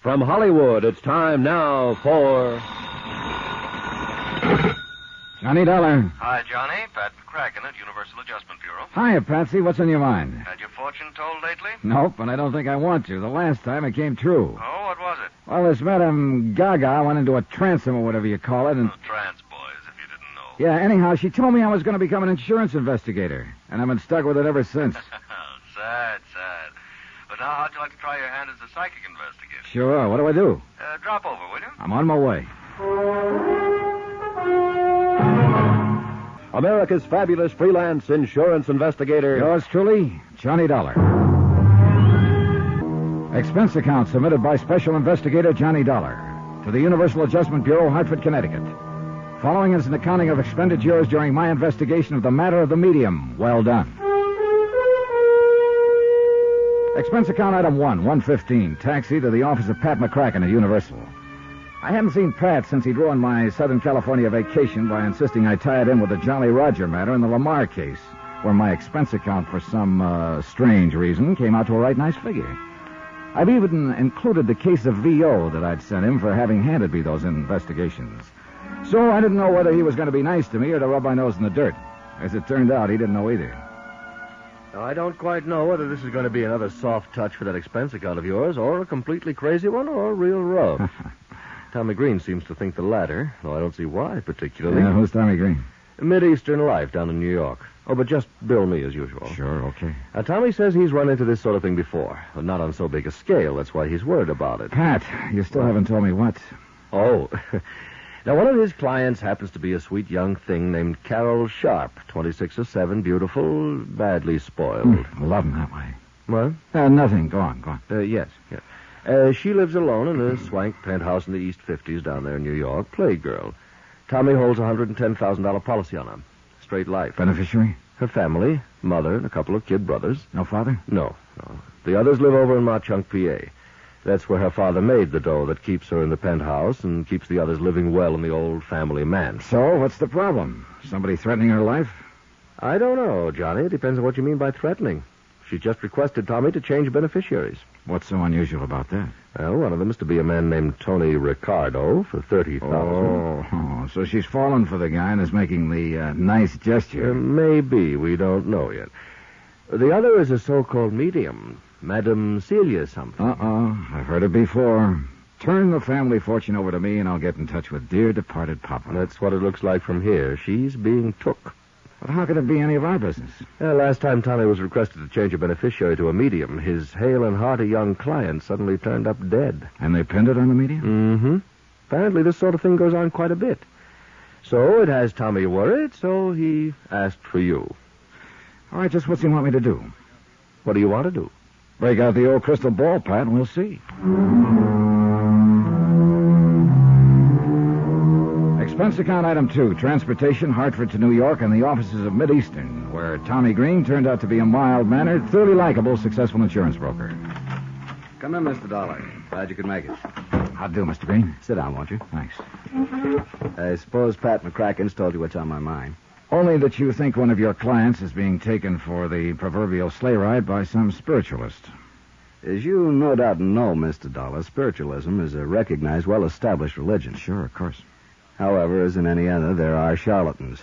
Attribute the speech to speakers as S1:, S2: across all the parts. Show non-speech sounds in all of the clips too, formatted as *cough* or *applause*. S1: From Hollywood, it's time now for.
S2: Johnny Dollar.
S3: Hi, Johnny. Pat McCracken at Universal Adjustment Bureau.
S2: Hiya, Patsy. What's on your mind?
S3: Had your fortune told lately?
S2: Nope, and I don't think I want to. The last time it came true.
S3: Oh, what was it?
S2: Well, this Madame Gaga went into a transom or whatever you call it, and.
S3: The trans boys, if you didn't know.
S2: Yeah, anyhow, she told me I was going to become an insurance investigator, and I've been stuck with it ever since.
S3: *laughs* sad, sad. But now, how'd you like to try your hand as a psychic investigator?
S2: Sure, what do I do?
S3: Uh, drop over, will you?
S2: I'm on my way.
S1: America's fabulous freelance insurance investigator.
S2: Yours truly, Johnny Dollar. Expense account submitted by Special Investigator Johnny Dollar to the Universal Adjustment Bureau, Hartford, Connecticut. Following is an accounting of expenditures during my investigation of the matter of the medium. Well done. Expense account item one, 115, taxi to the office of Pat McCracken at Universal. I hadn't seen Pat since he'd ruined my Southern California vacation by insisting I tie it in with the Jolly Roger matter and the Lamar case, where my expense account, for some uh, strange reason, came out to a right nice figure. I've even included the case of V.O. that I'd sent him for having handed me those investigations. So I didn't know whether he was going to be nice to me or to rub my nose in the dirt. As it turned out, he didn't know either.
S4: Now, I don't quite know whether this is going to be another soft touch for that expense account of yours, or a completely crazy one, or a real rub. Tommy Green seems to think the latter, though I don't see why particularly.
S2: Yeah, who's Tommy Green?
S4: Mid-Eastern life down in New York. Oh, but just bill me as usual.
S2: Sure, okay.
S4: Now, Tommy says he's run into this sort of thing before, but not on so big a scale. That's why he's worried about
S2: *laughs*
S4: it.
S2: Pat, you still haven't told me what.
S4: Oh. *laughs* now, one of his clients happens to be a sweet young thing named Carol Sharp, 26 or 7, beautiful, badly spoiled.
S2: I love him that way.
S4: What?
S2: Uh, nothing. Go on, go on.
S4: Uh, yes, yes. Uh, she lives alone in a swank penthouse in the East 50s down there in New York, playgirl. Tommy holds a $110,000 policy on her. Straight life.
S2: Beneficiary?
S4: Her family, mother, and a couple of kid brothers.
S2: No father?
S4: No, no. The others live over in Marchunk, PA. That's where her father made the dough that keeps her in the penthouse and keeps the others living well in the old family manse.
S2: So, what's the problem? Somebody threatening her life?
S4: I don't know, Johnny. It depends on what you mean by threatening. She just requested Tommy to change beneficiaries.
S2: What's so unusual about that?
S4: Well, one of them is to be a man named Tony Ricardo for thirty thousand.
S2: Oh, oh, so she's fallen for the guy and is making the uh, nice gesture.
S4: maybe we don't know yet. The other is a so-called medium, Madame Celia something.
S2: Uh oh, I've heard it before. Turn the family fortune over to me and I'll get in touch with dear departed Papa.
S4: That's what it looks like from here. She's being took.
S2: But how could it be any of our business?
S4: Uh, last time Tommy was requested to change a beneficiary to a medium, his hale and hearty young client suddenly turned up dead.
S2: And they pinned it on the medium?
S4: Mm-hmm. Apparently, this sort of thing goes on quite a bit. So it has Tommy worried, so he asked for you.
S2: All right, just what's he want me to do?
S4: What do you want to do?
S2: Break out the old crystal ball, Pat, and we'll see. Expense account item two transportation, Hartford to New York, and the offices of Mideastern, where Tommy Green turned out to be a mild mannered, thoroughly likable, successful insurance broker.
S5: Come in, Mr. Dollar. Glad you could make it.
S2: How do, Mr. Green?
S5: Sit down, won't you?
S2: Thanks.
S5: I suppose Pat McCracken's told you what's on my mind.
S2: Only that you think one of your clients is being taken for the proverbial sleigh ride by some spiritualist.
S5: As you no doubt know, Mr. Dollar, spiritualism is a recognized, well established religion.
S2: Sure, of course.
S5: However, as in any other, there are charlatans.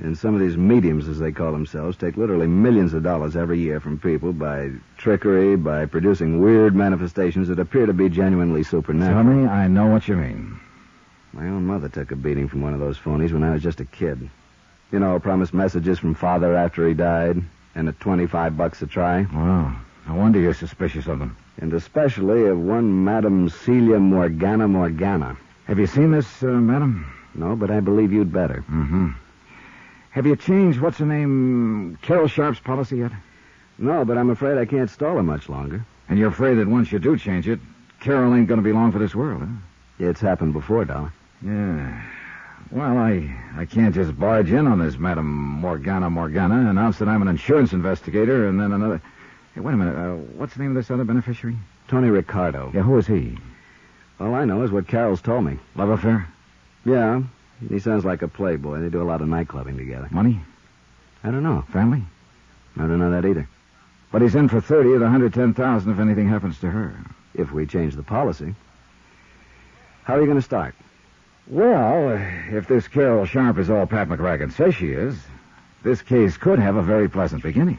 S5: And some of these mediums, as they call themselves, take literally millions of dollars every year from people by trickery, by producing weird manifestations that appear to be genuinely supernatural.
S2: Tommy, I know what you mean.
S5: My own mother took a beating from one of those phonies when I was just a kid. You know, promised messages from father after he died, and at 25 bucks a try,
S2: Wow. No wonder you're suspicious of them.
S5: and especially of one Madame Celia Morgana Morgana.
S2: Have you seen this, uh, madam?
S5: No, but I believe you'd better.
S2: Mm-hmm. Have you changed what's her name, Carol Sharp's policy yet?
S5: No, but I'm afraid I can't stall her much longer.
S2: And you're afraid that once you do change it, Carol ain't going to be long for this world, huh?
S5: It's happened before, Dollar.
S2: Yeah. Well, I I can't just barge in on this, Madam Morgana Morgana, announce that I'm an insurance investigator, and then another. Hey, wait a minute. Uh, what's the name of this other beneficiary?
S5: Tony Ricardo.
S2: Yeah, who is he?
S5: All I know is what Carol's told me.
S2: Love affair?
S5: Yeah, he sounds like a playboy. They do a lot of night clubbing together.
S2: Money?
S5: I don't know.
S2: Family?
S5: I don't know that either.
S2: But he's in for thirty of the hundred ten thousand if anything happens to her.
S5: If we change the policy.
S6: How are you going to start?
S2: Well, if this Carol Sharp is all Pat McCracken says she is, this case could have a very pleasant beginning.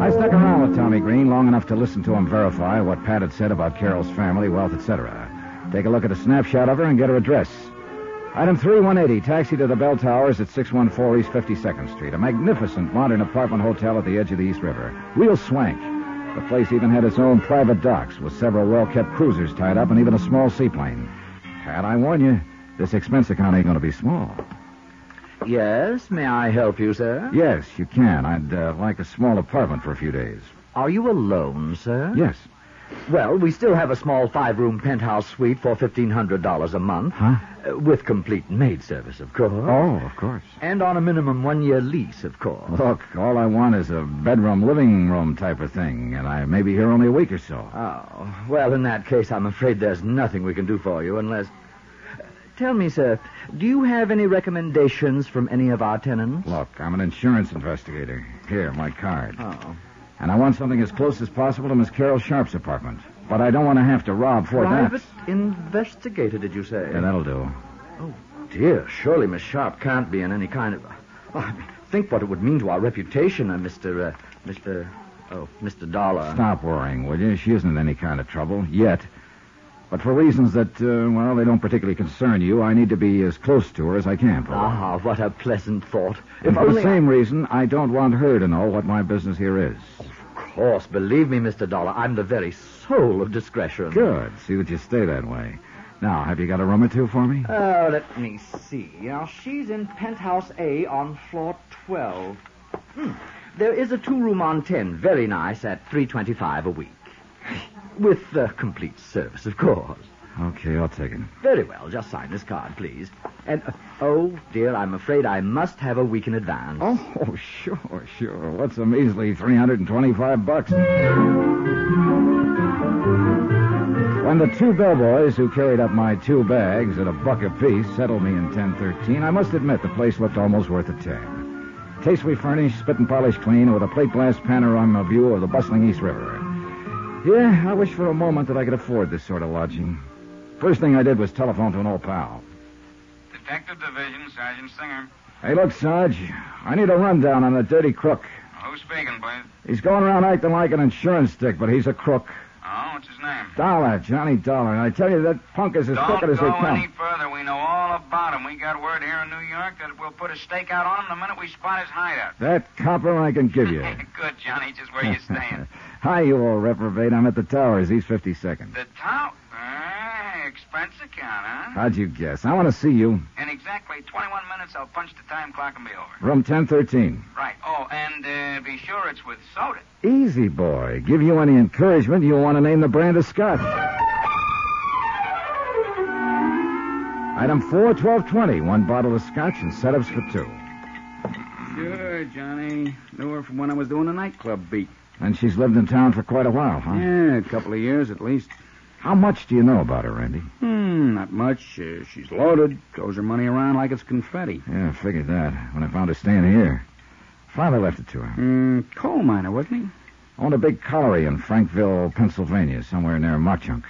S2: I stuck around with Tommy Green long enough to listen to him verify what Pat had said about Carol's family, wealth, etc. Take a look at a snapshot of her and get her address. Item 3180, taxi to the Bell Towers at 614 East 52nd Street, a magnificent modern apartment hotel at the edge of the East River. Real swank. The place even had its own private docks with several well kept cruisers tied up and even a small seaplane. Pat, I warn you, this expense account ain't going to be small.
S4: Yes, may I help you, sir?
S2: Yes, you can. I'd uh, like a small apartment for a few days.
S4: Are you alone, sir?
S2: Yes.
S4: Well, we still have a small five-room penthouse suite for $1,500 a month.
S2: Huh?
S4: Uh, with complete maid service, of course.
S2: Oh, of course.
S4: And on a minimum one-year lease, of course.
S2: Look, all I want is a bedroom, living room type of thing, and I may be here only a week or so.
S4: Oh, well, in that case, I'm afraid there's nothing we can do for you unless... Uh, Tell me, sir, do you have any recommendations from any of our tenants?
S2: Look, I'm an insurance investigator. Here, my card.
S4: Oh.
S2: And I want something as close as possible to Miss Carol Sharp's apartment. But I don't want to have to rob Fort
S4: Private
S2: Knox.
S4: investigator, did you say? Oh,
S2: Yeah, that'll do.
S4: Dear, surely Miss Sharp can't be in any kind of. Oh, I mean, think what it would mean to our reputation, uh, Mister, uh, Mister, oh, Mister Dollar.
S2: Stop worrying, will you? She isn't in any kind of trouble yet. But for reasons that, uh, well, they don't particularly concern you, I need to be as close to her as I can. For her.
S4: Ah, what a pleasant thought.
S2: And
S4: If
S2: for the
S4: only.
S2: same reason, I don't want her to know what my business here is.
S4: Of course, believe me, Mister Dollar, I'm the very soul of discretion.
S2: Good. See that you stay that way. Now, have you got a room or two for me?
S4: Oh, let me see. Now she's in penthouse A on floor twelve. Hmm. There is a two-room on ten, very nice, at three twenty-five a week, with uh, complete service, of course.
S2: Okay, I'll take it.
S4: Very well. Just sign this card, please. And, uh, oh, dear, I'm afraid I must have a week in advance.
S2: Oh, *laughs* sure, sure. What's a measly 325 bucks? When the two bellboys who carried up my two bags at a buck apiece settled me in 1013, I must admit the place looked almost worth a tab. Tastefully furnished, spit and polished clean, with a plate glass panorama view of the bustling East River. Yeah, I wish for a moment that I could afford this sort of lodging. First thing I did was telephone to an old pal.
S7: Detective Division, Sergeant Singer.
S2: Hey, look, Sarge, I need a rundown on a dirty crook.
S7: Who's speaking, please?
S2: He's going around acting like an insurance dick, but he's a crook.
S7: Oh, what's his name?
S2: Dollar, Johnny Dollar. And I tell you, that punk is as
S7: Don't
S2: crooked as they
S7: go
S2: come.
S7: any further. We know all about him. We got word here in New York that we'll put a stakeout on him the minute we spot his hideout.
S2: That copper I can give
S3: *laughs*
S2: you.
S7: Good, Johnny. Just where you
S2: *laughs*
S7: stand.
S2: Hi, you old reprobate. I'm at the Towers, East 52nd.
S7: the town. Ah, expense account, huh?
S2: How'd you guess? I want to see you.
S7: In exactly 21 minutes, I'll punch the time clock and be over.
S2: Room 1013.
S7: Right. Oh, and uh, be sure it's with soda.
S2: Easy, boy. Give you any encouragement, you want to name the brand of scotch. Item 4, 1220. One bottle of scotch and setups for two.
S3: Sure, Johnny. Knew her from when I was doing a nightclub beat.
S2: And she's lived in town for quite a while,
S4: Hmm.
S2: huh?
S3: Yeah, a couple of years at least.
S2: How much do you know about her, Randy?
S3: Hmm, not much. Uh, she's loaded. Throws her money around like it's confetti.
S2: Yeah, I figured that when I found her staying here. Father left it to her.
S3: Hmm, coal miner, wasn't he?
S2: Owned a big colliery in Frankville, Pennsylvania, somewhere near Mochunk.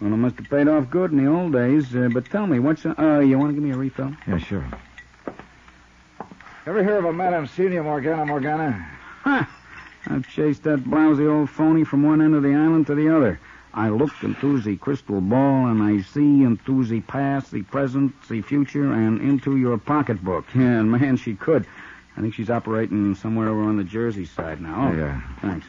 S3: Well, it must have paid off good in the old days. Uh, but tell me, what's... Uh, uh, you want to give me a refill?
S2: Yeah, sure. Ever hear of a Madame Celia Morgana Morgana?
S3: Ha! I've chased that blousy old phony from one end of the island to the other. I look into the crystal ball, and I see into the past, the present, the future, and into your pocketbook. *laughs* Yeah, and man, she could. I think she's operating somewhere over on the Jersey side now. Oh,
S2: Yeah.
S3: Thanks.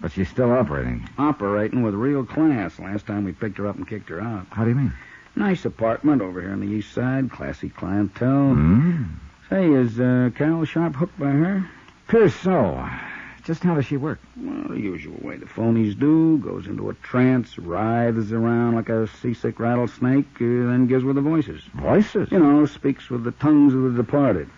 S2: But she's still operating.
S3: Operating with real class. Last time we picked her up and kicked her out.
S2: How do you mean?
S3: Nice apartment over here on the east side. Classy clientele.
S2: Hmm?
S3: Say, is uh, Carol Sharp hooked by her?
S2: Appears so. Oh, Just how does she work?
S3: Well, the usual way the phonies do. Goes into a trance, writhes around like a seasick rattlesnake, uh, then gives with the voices.
S2: Voices.
S3: You know, speaks with the tongues of the departed.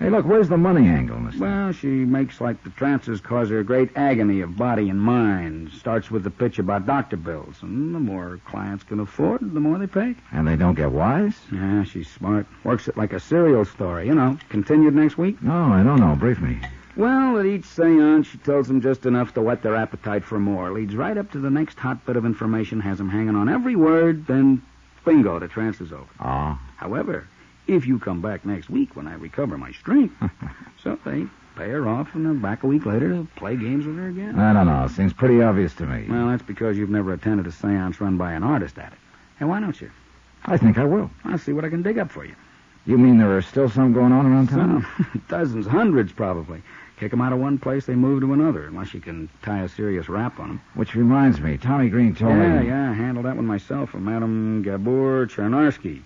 S2: Hey, look, where's the money angle, Mr.
S3: Well, she makes like the trances cause her a great agony of body and mind. Starts with the pitch about doctor bills, and the more clients can afford, the more they pay.
S2: And they don't get wise?
S3: Yeah, she's smart. Works it like a serial story, you know. Continued next week?
S2: No, I Oh, don't know. Brief me.
S8: Well, at each seance, she tells them just enough to whet their appetite for more. Leads right up to the next hot bit of information, has them hanging on every word, then bingo, the trance is over.
S2: Oh.
S8: However, if you come back next week when I recover my
S2: *laughs*
S8: strength, so they pay her off and they're back a week later to play games with her again.
S2: I don't know. Seems pretty obvious to me.
S8: Well, that's because you've never attended a seance run by an artist at it. Hey, why don't you?
S2: I think I will.
S8: I'll see what I can dig up for you.
S2: You mean there are still some going on around town?
S8: Some. *laughs* Dozens, hundreds probably. Kick 'em out of one place, they move to another, unless you can tie a serious rap on 'em.
S2: Which reminds me, Tommy Green told
S8: yeah,
S2: me.
S8: yeah, I handled that one myself for Madame Gabor Chernarsky.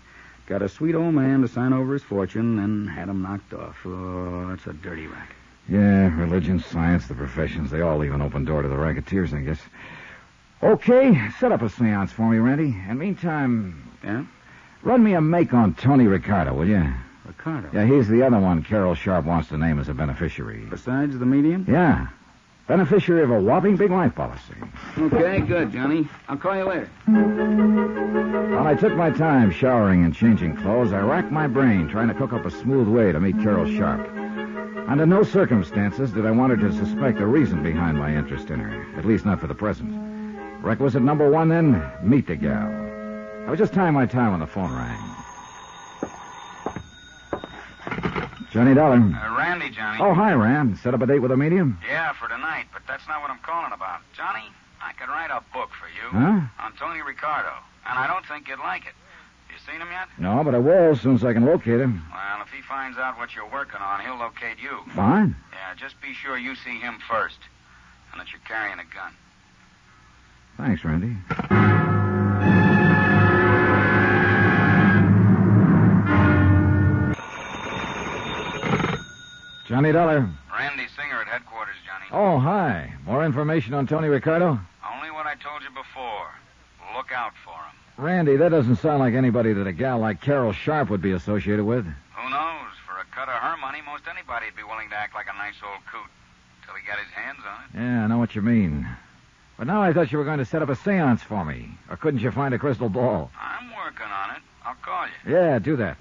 S8: Got a sweet old man to sign over his fortune and had him knocked off. Oh, that's a dirty racket.
S2: Yeah, religion, science, the professions, they all leave an open door to the racketeers, I guess. Okay, set up a seance for me, Randy. And meantime,
S8: Yeah?
S2: run me a make on Tony Ricardo, will you?
S8: Ricardo.
S2: Yeah, he's the other one Carol Sharp wants to name as a beneficiary.
S8: Besides the medium?
S2: Yeah. Beneficiary of a whopping big life policy.
S8: Okay, good, Johnny. I'll call you later.
S2: While I took my time showering and changing clothes, I racked my brain trying to cook up a smooth way to meet Carol Sharp. Under no circumstances did I want her to suspect the reason behind my interest in her, at least not for the present. Requisite number one, then, meet the gal. I was just tying my tie when the phone rang. Johnny Dollar.
S3: Uh, Randy, Johnny.
S2: Oh, hi, Rand. Set up a date with a medium?
S3: Yeah, for tonight, but that's not what I'm calling about. Johnny, I could write a book for you
S2: Huh?
S3: on Tony Ricardo, and I don't think you'd like it. You seen him yet?
S2: No, but I will as soon as I can locate him.
S3: Well, if he finds out what you're working on, he'll locate you.
S2: Fine.
S3: Yeah, just be sure you see him first, and that you're carrying a gun.
S2: Thanks, Randy. Johnny Dollar.
S3: Randy Singer at headquarters, Johnny.
S2: Oh, hi. More information on Tony Ricardo?
S3: Only what I told you before. Look out for him.
S2: Randy, that doesn't sound like anybody that a gal like Carol Sharp would be associated with.
S3: Who knows? For a cut of her money, most anybody'd be willing to act like a nice old coot till he got his hands on it.
S2: Yeah, I know what you mean. But now I thought you were going to set up a seance for me. Or couldn't you find a crystal ball?
S3: I'm working on it. I'll call you.
S2: Yeah, do that.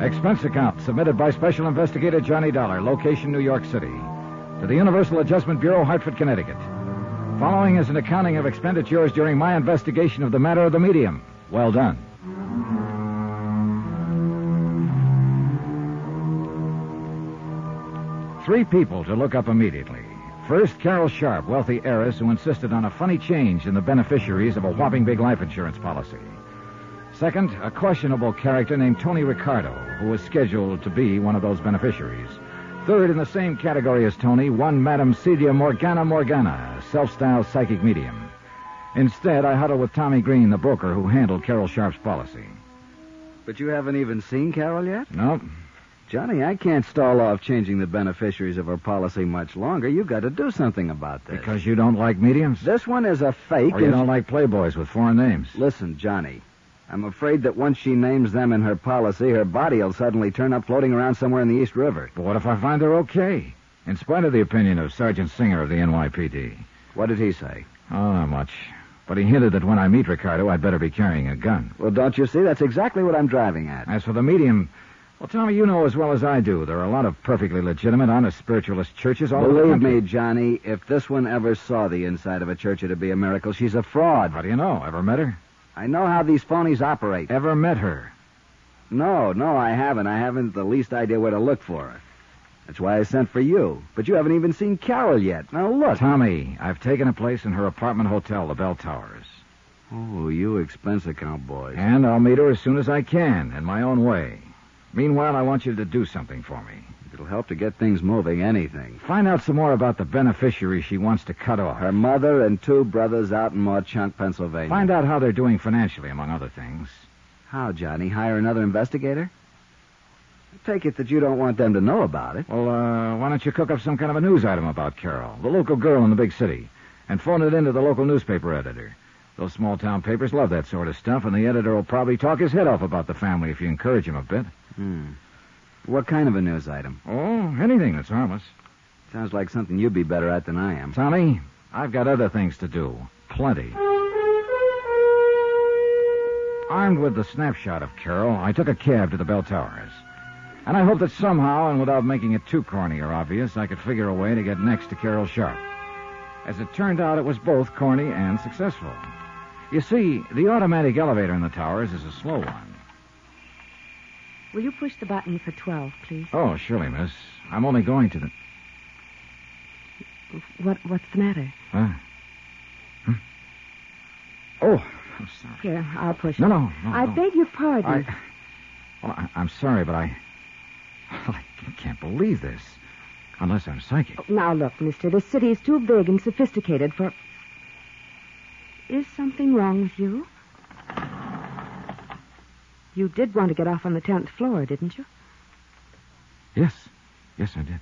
S2: Expense account submitted by Special Investigator Johnny Dollar, location New York City, to the Universal Adjustment Bureau, Hartford, Connecticut. Following is an accounting of expenditures during my investigation of the matter of the medium. Well done. Three people to look up immediately. First, Carol Sharp, wealthy heiress who insisted on a funny change in the beneficiaries of a whopping big life insurance policy. Second, a questionable character named Tony Ricardo, who was scheduled to be one of those beneficiaries. Third, in the same category as Tony, one Madame Celia Morgana Morgana, self styled psychic medium. Instead, I huddled with Tommy Green, the broker who handled Carol Sharp's policy.
S4: But you haven't even seen Carol yet?
S2: Nope.
S4: Johnny, I can't stall off changing the beneficiaries of her policy much longer. You've got to do something about this.
S2: Because you don't like mediums?
S4: this one is a fake.
S2: Or you
S4: and-
S2: don't like playboys with foreign names?
S4: Listen, Johnny. I'm afraid that once she names them in her policy, her body will suddenly turn up floating around somewhere in the East River.
S2: But what if I find they're okay? In spite of the opinion of Sergeant Singer of the NYPD.
S4: What did he say?
S2: Oh, not much. But he hinted that when I meet Ricardo, I'd better be carrying a gun.
S4: Well, don't you see? That's exactly what I'm driving at.
S2: As for the medium, well, Tommy, you know as well as I do, there are a lot of perfectly legitimate, honest spiritualist churches all over the
S4: Believe me,
S2: country.
S4: Johnny, if this one ever saw the inside of a church, it'd be a miracle. She's a fraud.
S2: How do you know? Ever met her?
S4: I know how these phonies operate.
S2: Ever met her?
S4: No, no, I haven't. I haven't the least idea where to look for her. That's why I sent for you. But you haven't even seen Carol yet. Now look.
S2: Tommy, I've taken a place in her apartment hotel, the Bell Towers.
S4: Oh, you expense account boys.
S2: And I'll meet her as soon as I can, in my own way. Meanwhile, I want you to do something for me.
S4: It'll help to get things moving, anything.
S2: Find out some more about the beneficiary she wants to cut off.
S4: Her mother and two brothers out in Mauchunk, Pennsylvania.
S2: Find out how they're doing financially, among other things.
S4: How, Johnny? Hire another investigator? I take it that you don't want them to know about it.
S2: Well, uh, why don't you cook up some kind of a news item about Carol, the local girl in the big city, and phone it in to the local newspaper editor? Those small town papers love that sort of stuff, and the editor will probably talk his head off about the family if you encourage him a bit.
S4: Hmm. What kind of a news item?
S2: Oh, anything that's harmless.
S4: Sounds like something you'd be better at than I am.
S2: Tommy, I've got other things to do. Plenty. Armed with the snapshot of Carol, I took a cab to the bell towers. And I hoped that somehow, and without making it too corny or obvious, I could figure a way to get next to Carol Sharp. As it turned out, it was both corny and successful. You see, the automatic elevator in the towers is a slow one.
S9: Will you push the button for 12, please?
S2: Oh, surely, miss. I'm only going to the.
S9: What, what's the matter?
S2: Huh? Huh? Oh, I'm sorry.
S9: Here, I'll push
S2: No,
S9: it.
S2: no, no.
S9: I
S2: no.
S9: beg your pardon.
S2: I, well, I, I'm sorry, but I, *laughs* I can't believe this. Unless I'm psychic.
S9: Now, look, mister, the city is too big and sophisticated for. Is something wrong with you? You did want to get off on the 10th floor, didn't you?
S2: Yes, yes, I did.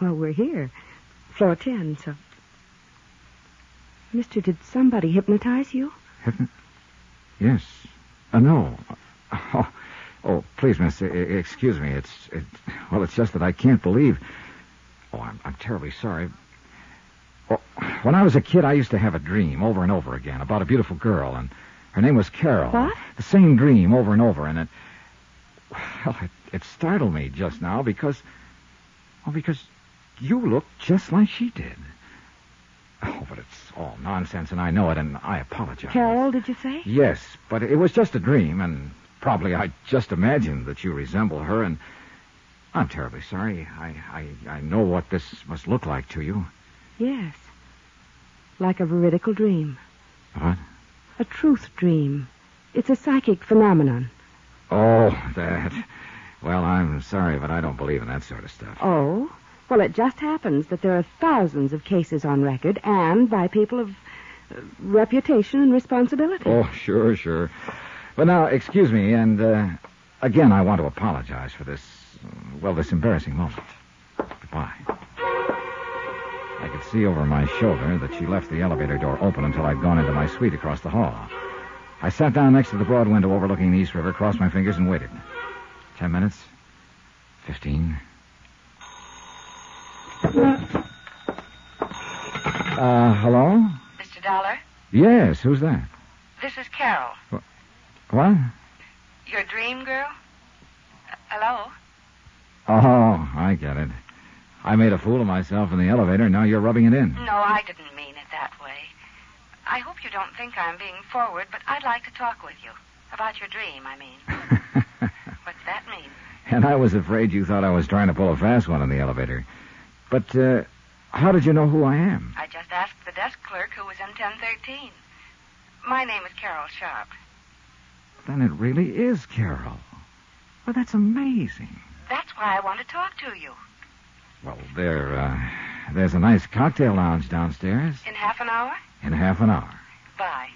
S9: Well, we're here. Floor 10, so. Mister, did somebody hypnotize you?
S2: Haven't- Yes. Uh, no. Oh, oh, please, miss, e- e- excuse me. It's, it, well, it's just that I can't believe. Oh, I'm, I'm terribly sorry. Well, when I was a kid, I used to have a dream over and over again about a beautiful girl, and her name was Carol.
S9: What?
S2: The same dream over and over, and it, well, it, it startled me just now because, well, because you look just like she did. Oh, but it's all nonsense, and I know it, and I apologize.
S9: Carol, did you say?
S2: Yes, but it was just a dream, and probably I just imagined that you resemble her, and I'm terribly sorry. I, I, I know what this must look like to you.
S9: Yes. Like a veridical dream,
S2: What?
S9: a truth dream. It's a psychic phenomenon.
S2: Oh, that. Well, I'm sorry, but I don't believe in that sort of stuff.
S9: Oh? Well, it just happens that there are thousands of cases on record and by people of uh, reputation and responsibility.
S2: Oh, sure, sure. But now, excuse me, and uh, again, I want to apologize for this, uh, well, this embarrassing moment. Goodbye. I could see over my shoulder that she left the elevator door open until I'd gone into my suite across the hall. I sat down next to the broad window overlooking the East River, crossed my fingers, and waited. Ten minutes. Fifteen. Uh, hello?
S10: Mr. Dollar,
S2: Yes, who's that?
S10: this is Carol,
S2: What?
S10: your dream girl. Uh, hello?
S2: Oh, I get it. I made a fool of myself in the elevator, and now you're rubbing it in. *laughs*
S10: No, I didn't mean it that way. I hope you don't think I'm being forward, but I'd like to talk with you. About your dream, I mean. What's that mean?
S2: and I was afraid you thought I was trying to pull a fast one in the elevator. But, uh, how did you know who I am?
S10: I just asked the desk clerk who was in 1013. My name is Carol Sharp.
S2: Then it really is Carol. Well, that's amazing.
S10: That's why I want to talk to you.
S2: Well, there, uh, there's a nice cocktail lounge downstairs
S10: In half an hour?
S2: in half an hour.
S10: Bye.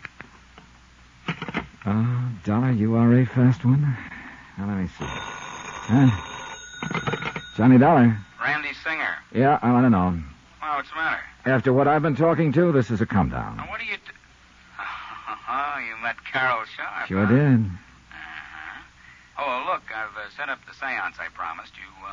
S2: Oh, Dollar, you are a fast one. Now, let me see. Huh? Johnny Dollar.
S3: Randy Singer.
S2: Yeah, I want to know.
S3: Well, what's the matter?
S2: After what I've been talking to, this is a come down.
S3: Now, what are you. Do- *laughs* oh, you met Carol Sharp.
S2: Sure
S3: huh?
S2: did.
S3: Uh-huh. Oh, look, I've uh, set up the seance I promised you. Uh,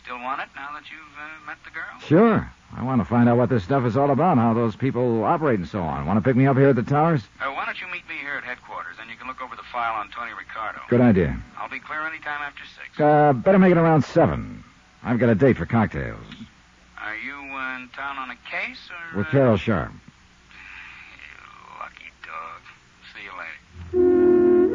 S3: still want it now that you've uh, met the girl?
S2: Sure. I want to find out what this stuff is all about, how those people operate and so on. Want to pick me up here at the towers?
S3: Uh, why don't you meet me here at headquarters, and you can look over the file on Tony Ricardo.
S2: Good idea.
S3: I'll be clear any time after six.
S2: Uh, better make it around seven. I've got a date for cocktails
S3: Are you uh, in town on a case or?
S2: with
S3: uh,
S2: Carol Sharp.
S3: you Lucky dog. See you later.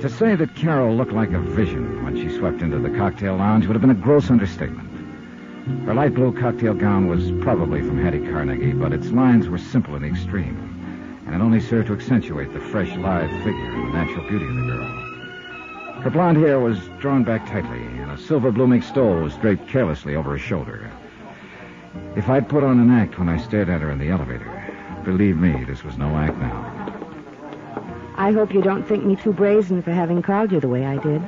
S2: To say that Carol looked like a vision when she swept into the cocktail lounge would have been a gross understatement. Her light blue cocktail gown was probably from Hattie Carnegie, but its lines were simple in the extreme, and it only served to accentuate the fresh, lithe figure and the natural beauty of the girl. Her blonde hair was drawn back tightly, and a silver blooming stole was draped carelessly over her shoulder. If I'd put on an act when I stared at her in the elevator, believe me, this was no act now.
S9: I hope you don't think me too brazen for having called you the way I did.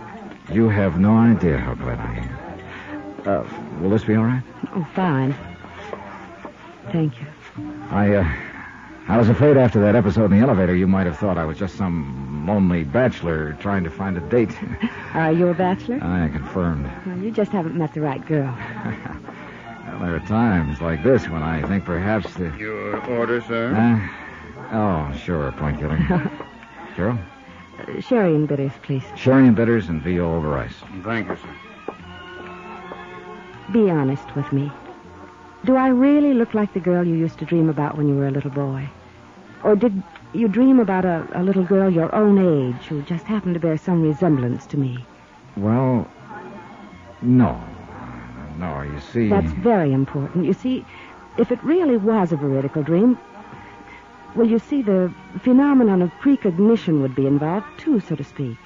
S2: You have no idea how glad I am. Uh, will this be all right?
S9: Oh, fine. Thank you.
S2: I, uh, I was afraid after that episode in the elevator, you might have thought I was just some lonely bachelor trying to find a date.
S9: Are you a bachelor?
S2: I confirmed.
S9: Well, you just haven't met the right girl.
S2: Well, there are times like this when I think perhaps the.
S11: Your order, sir?
S2: Uh, oh, sure, point killer. Carol?
S9: Uh, sherry and bitters, please.
S2: Sherry and bitters and VO over ice.
S8: Thank you, sir.
S9: Be honest with me. Do I really look like the girl you used to dream about when you were a little boy? Or did you dream about a, a little girl your own age who just happened to bear some resemblance to me?
S2: Well, no. No, you see.
S9: That's very important. You see, if it really was a veridical dream, well, you see, the phenomenon of precognition would be involved, too, so to speak.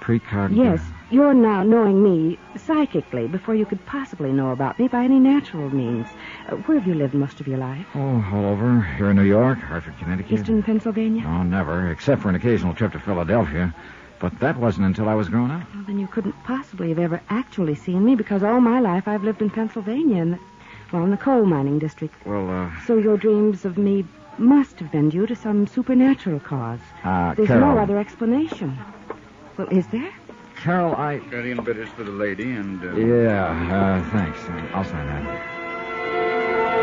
S2: Precognition.
S9: Yes, you're now knowing me psychically before you could possibly know about me by any natural means. Uh, where have you lived most of your life?
S2: Oh, all over. Here in New York, Hartford, Connecticut.
S9: Eastern Pennsylvania?
S2: No, never, except for an occasional trip to Philadelphia. But that wasn't until I was grown up.
S9: Well, then you couldn't possibly have ever actually seen me because all my life I've lived in Pennsylvania and, well, in the coal mining district.
S2: Well, uh.
S9: So your dreams of me must have been due to some supernatural cause.
S2: Ah,
S9: There's
S2: Carol.
S9: no other explanation. Well, is there?
S2: Carol, I.
S8: Sherry and bitters for the lady and. Uh,
S2: Yeah, uh, thanks. I'll sign that.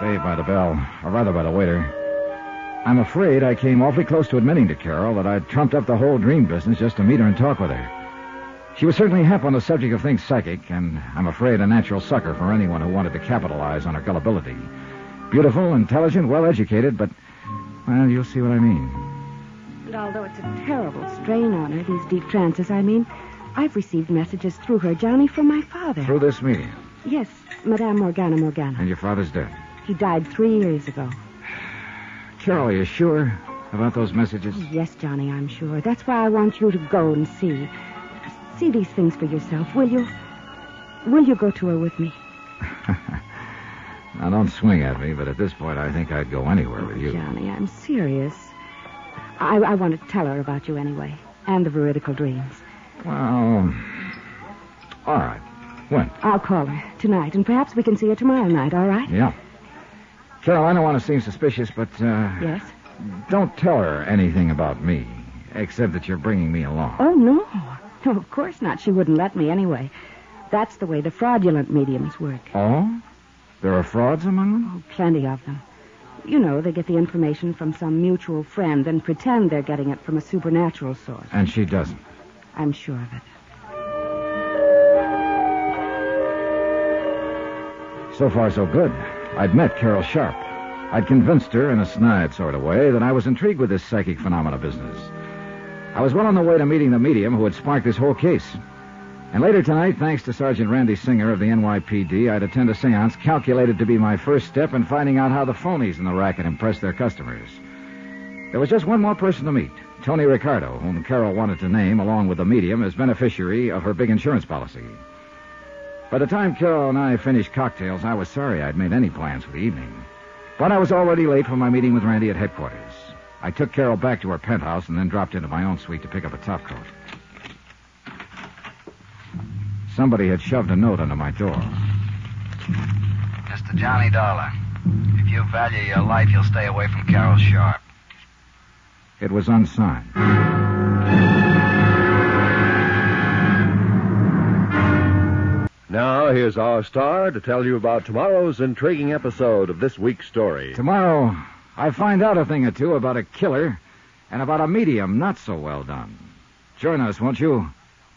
S2: Saved by the bell, or rather by the waiter. I'm afraid I came awfully close to admitting to Carol that I'd trumped up the whole dream business just to meet her and talk with her. She was certainly hep on the subject of things psychic, and I'm afraid a natural sucker for anyone who wanted to capitalize on her gullibility. Beautiful, intelligent, well educated, but, well, you'll see what I mean.
S9: And although it's a terrible strain on her, these deep trances, I mean, I've received messages through her, Johnny, from my father.
S2: Through this medium,
S9: Yes, Madame Morgana Morgana.
S2: and your father's death.
S9: He died three years ago.
S2: Carol, are you sure about those messages?
S9: Yes, Johnny, I'm sure. That's why I want you to go and see. See these things for yourself, will you? Will you go to her with me?
S2: Now, don't swing at me, but at this point, I think I'd go anywhere with you.
S9: Johnny, I'm serious. I, I want to tell her about you anyway, and the veridical dreams.
S2: Well, all right. When?
S9: I'll call her tonight, and perhaps we can see her tomorrow night, all right?
S2: Yeah. Carol, I don't want to seem suspicious, but uh,
S9: Yes?
S2: don't tell her anything about me, except that you're bringing me along.
S9: Oh, no. No, of course not. She wouldn't let me anyway. That's the way the fraudulent mediums work.
S2: Oh? There are frauds among them?
S9: Oh, plenty of them. You know, they get the information from some mutual friend and pretend they're getting it from a supernatural source.
S2: And she doesn't.
S9: I'm sure of it.
S2: So far, so good. I'd met Carol Sharp. I'd convinced her in a snide sort of way that I was intrigued with this psychic phenomena business. I was well on the way to meeting the medium who had sparked this whole case. And later tonight, thanks to Sergeant Randy Singer of the NYPD, I'd attend a seance calculated to be my first step in finding out how the phonies in the racket impress their customers. There was just one more person to meet Tony Ricardo, whom Carol wanted to name, along with the medium, as beneficiary of her big insurance policy. By the time Carol and I finished cocktails, I was sorry I'd made any plans for the evening. But I was already late for my meeting with Randy at headquarters. I took Carol back to her penthouse and then dropped into my own suite to pick up a topcoat. Somebody had shoved a note under my door.
S3: Mr. Johnny Dollar, if you value your life, you'll stay away from Carol Sharp.
S2: It was unsigned.
S12: Now, here's our star to tell you about tomorrow's intriguing episode of this week's story.
S2: Tomorrow, I find out a thing or two about a killer and about a medium not so well done. Join us, won't you?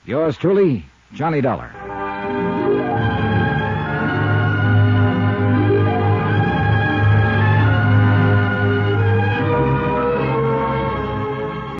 S2: Yours truly, Johnny Dollar.